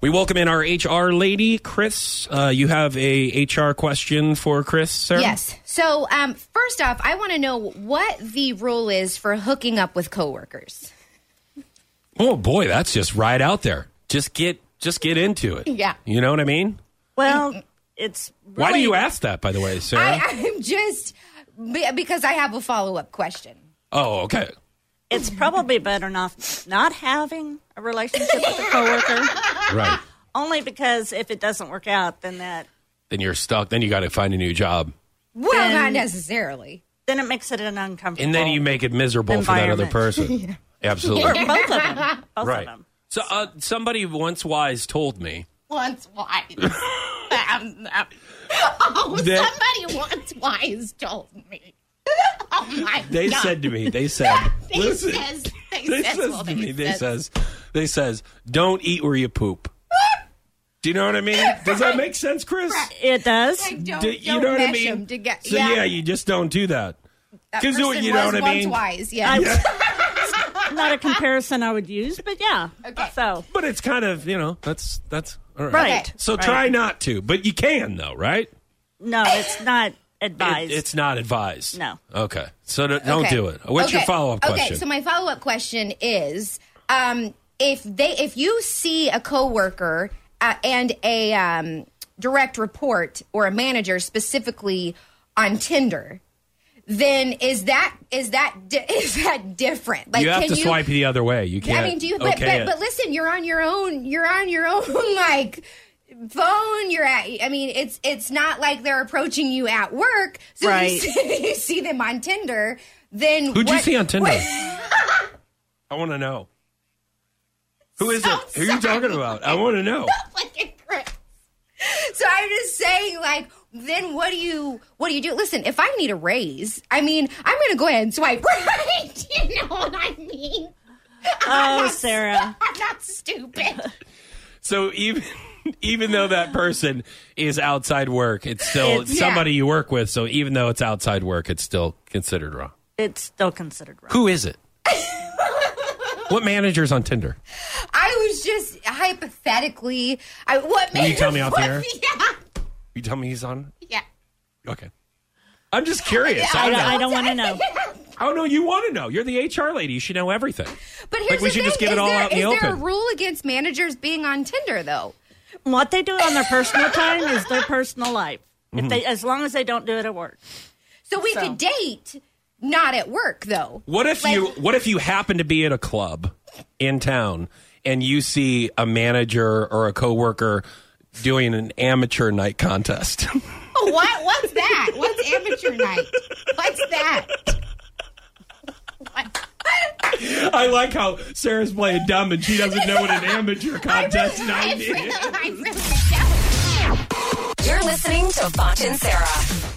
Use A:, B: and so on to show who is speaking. A: We welcome in our HR lady, Chris. Uh, you have a HR question for Chris, Sarah?
B: Yes. So, um, first off, I want to know what the rule is for hooking up with coworkers.
A: Oh boy, that's just right out there. Just get just get into it.
B: Yeah.
A: You know what I mean?
C: Well, it's really,
A: Why do you ask that, by the way, Sarah?
B: I, I'm just be- because I have a follow up question.
A: oh, okay.
C: It's probably better not not having a relationship with a coworker,
A: Right.
C: only because if it doesn't work out, then that
A: then you're stuck. Then you got to find a new job.
B: Well,
C: Then-
B: not necessarily.
C: then it makes it an uncomfortable.
A: And then you make it miserable for that other
C: Environment.
A: person. Absolutely.
C: or both of them, both of
A: Right.
C: them.
A: So uh, somebody once wise told me
D: once wise. I'm- I'm- oh,
A: That-
D: somebody once wise told me. Oh my
A: they
D: god!
A: said to me they said
D: they says they,
A: they
D: says,
A: says
D: well,
A: to me they
D: says-
A: says they says don't eat where you poop. Do you know what I mean? Does that make sense, Chris?
C: It does.
B: Like, don't,
A: Do-
B: don't mesh 'em toge-
A: so yeah. you just don't do that.
B: that
A: 'cause you-
B: person
A: you know
B: was
A: what I
B: once
A: mean?
B: Wise, yeah.
C: I, not a comparison I would use, but yeah.
B: Okay.
C: So
A: But it's kind of you know that's that's all right.
C: right.
A: So
C: Right.
A: try not to, but you can though, right?
C: No, it's not
A: It,
C: advised.
A: it's not advised.
C: No.
A: Okay. So d- don't
B: Okay.
A: do it. What's your
B: Okay.
A: follow up question?
B: Okay, so my follow up question is, um, if they, if you see a coworker uh, and a um, direct report or a manager specifically on Tinder, then is that is that di- is that different? Like,
A: you have to swipe the other way. You can't.
B: I mean, do you? But,
A: okay
B: but,
A: it.
B: but listen, you're on your own. You're on your own. Like phone you're at i mean it's it's not like they're approaching you at work so if
C: Right.
B: you, see, you see them on tinder then
A: Who'd you
B: what-
A: see on Tinder?
B: what-
A: I want to know. Who is it? Who are you
D: Sounds
A: talking about? I want to know.
D: Fucking Chris.
B: So I'm just saying, like, then what do you what do you do? Listen, if I need a raise, I mean, I'm gonna go ahead and swipe right.
D: you know what I mean?
C: oh, Sarah.
D: I'm not stupid.
A: So even even though that person is outside work, it's still
C: It's-
A: somebody you work with. So even though it's outside work, it's still considered wrong.
C: It's still considered wrong.
A: Who is it? what manager's on Tinder?
B: I was just hypothetically. I what
A: Will
B: made
A: you tell me off the
B: what-
A: air?
D: yeah,
A: You tell me he's on.
D: yeah.
A: Okay. I'm just curious.
C: I
A: I
C: don't,
A: don't,
C: I don't want to know.
A: oh no, you want to know? You're the HR lady. You should know everything.
B: But here's
A: we
B: the
A: should
B: thing:
A: just get it
B: is
A: all
B: there,
A: out in
B: is
A: the
B: there a
A: open.
B: rule against managers being on Tinder though?
C: What they do on their personal time is their personal life.
A: Mm-hmm.
C: If they, as long as they don't do it at work.
B: So we
C: So.
B: could date, not at work though.
A: What if
B: Like-
A: you what if you happen to be at a club in town and you see a manager or a coworker doing an amateur night contest?
B: Oh,
D: What? What's that? What's amateur night? What's that? What?
A: I like how Sarah's playing dumb and she doesn't know what an amateur contest
D: I
A: night
D: really,
A: is.
D: I really don't.
E: You're listening to Foch and Sarah.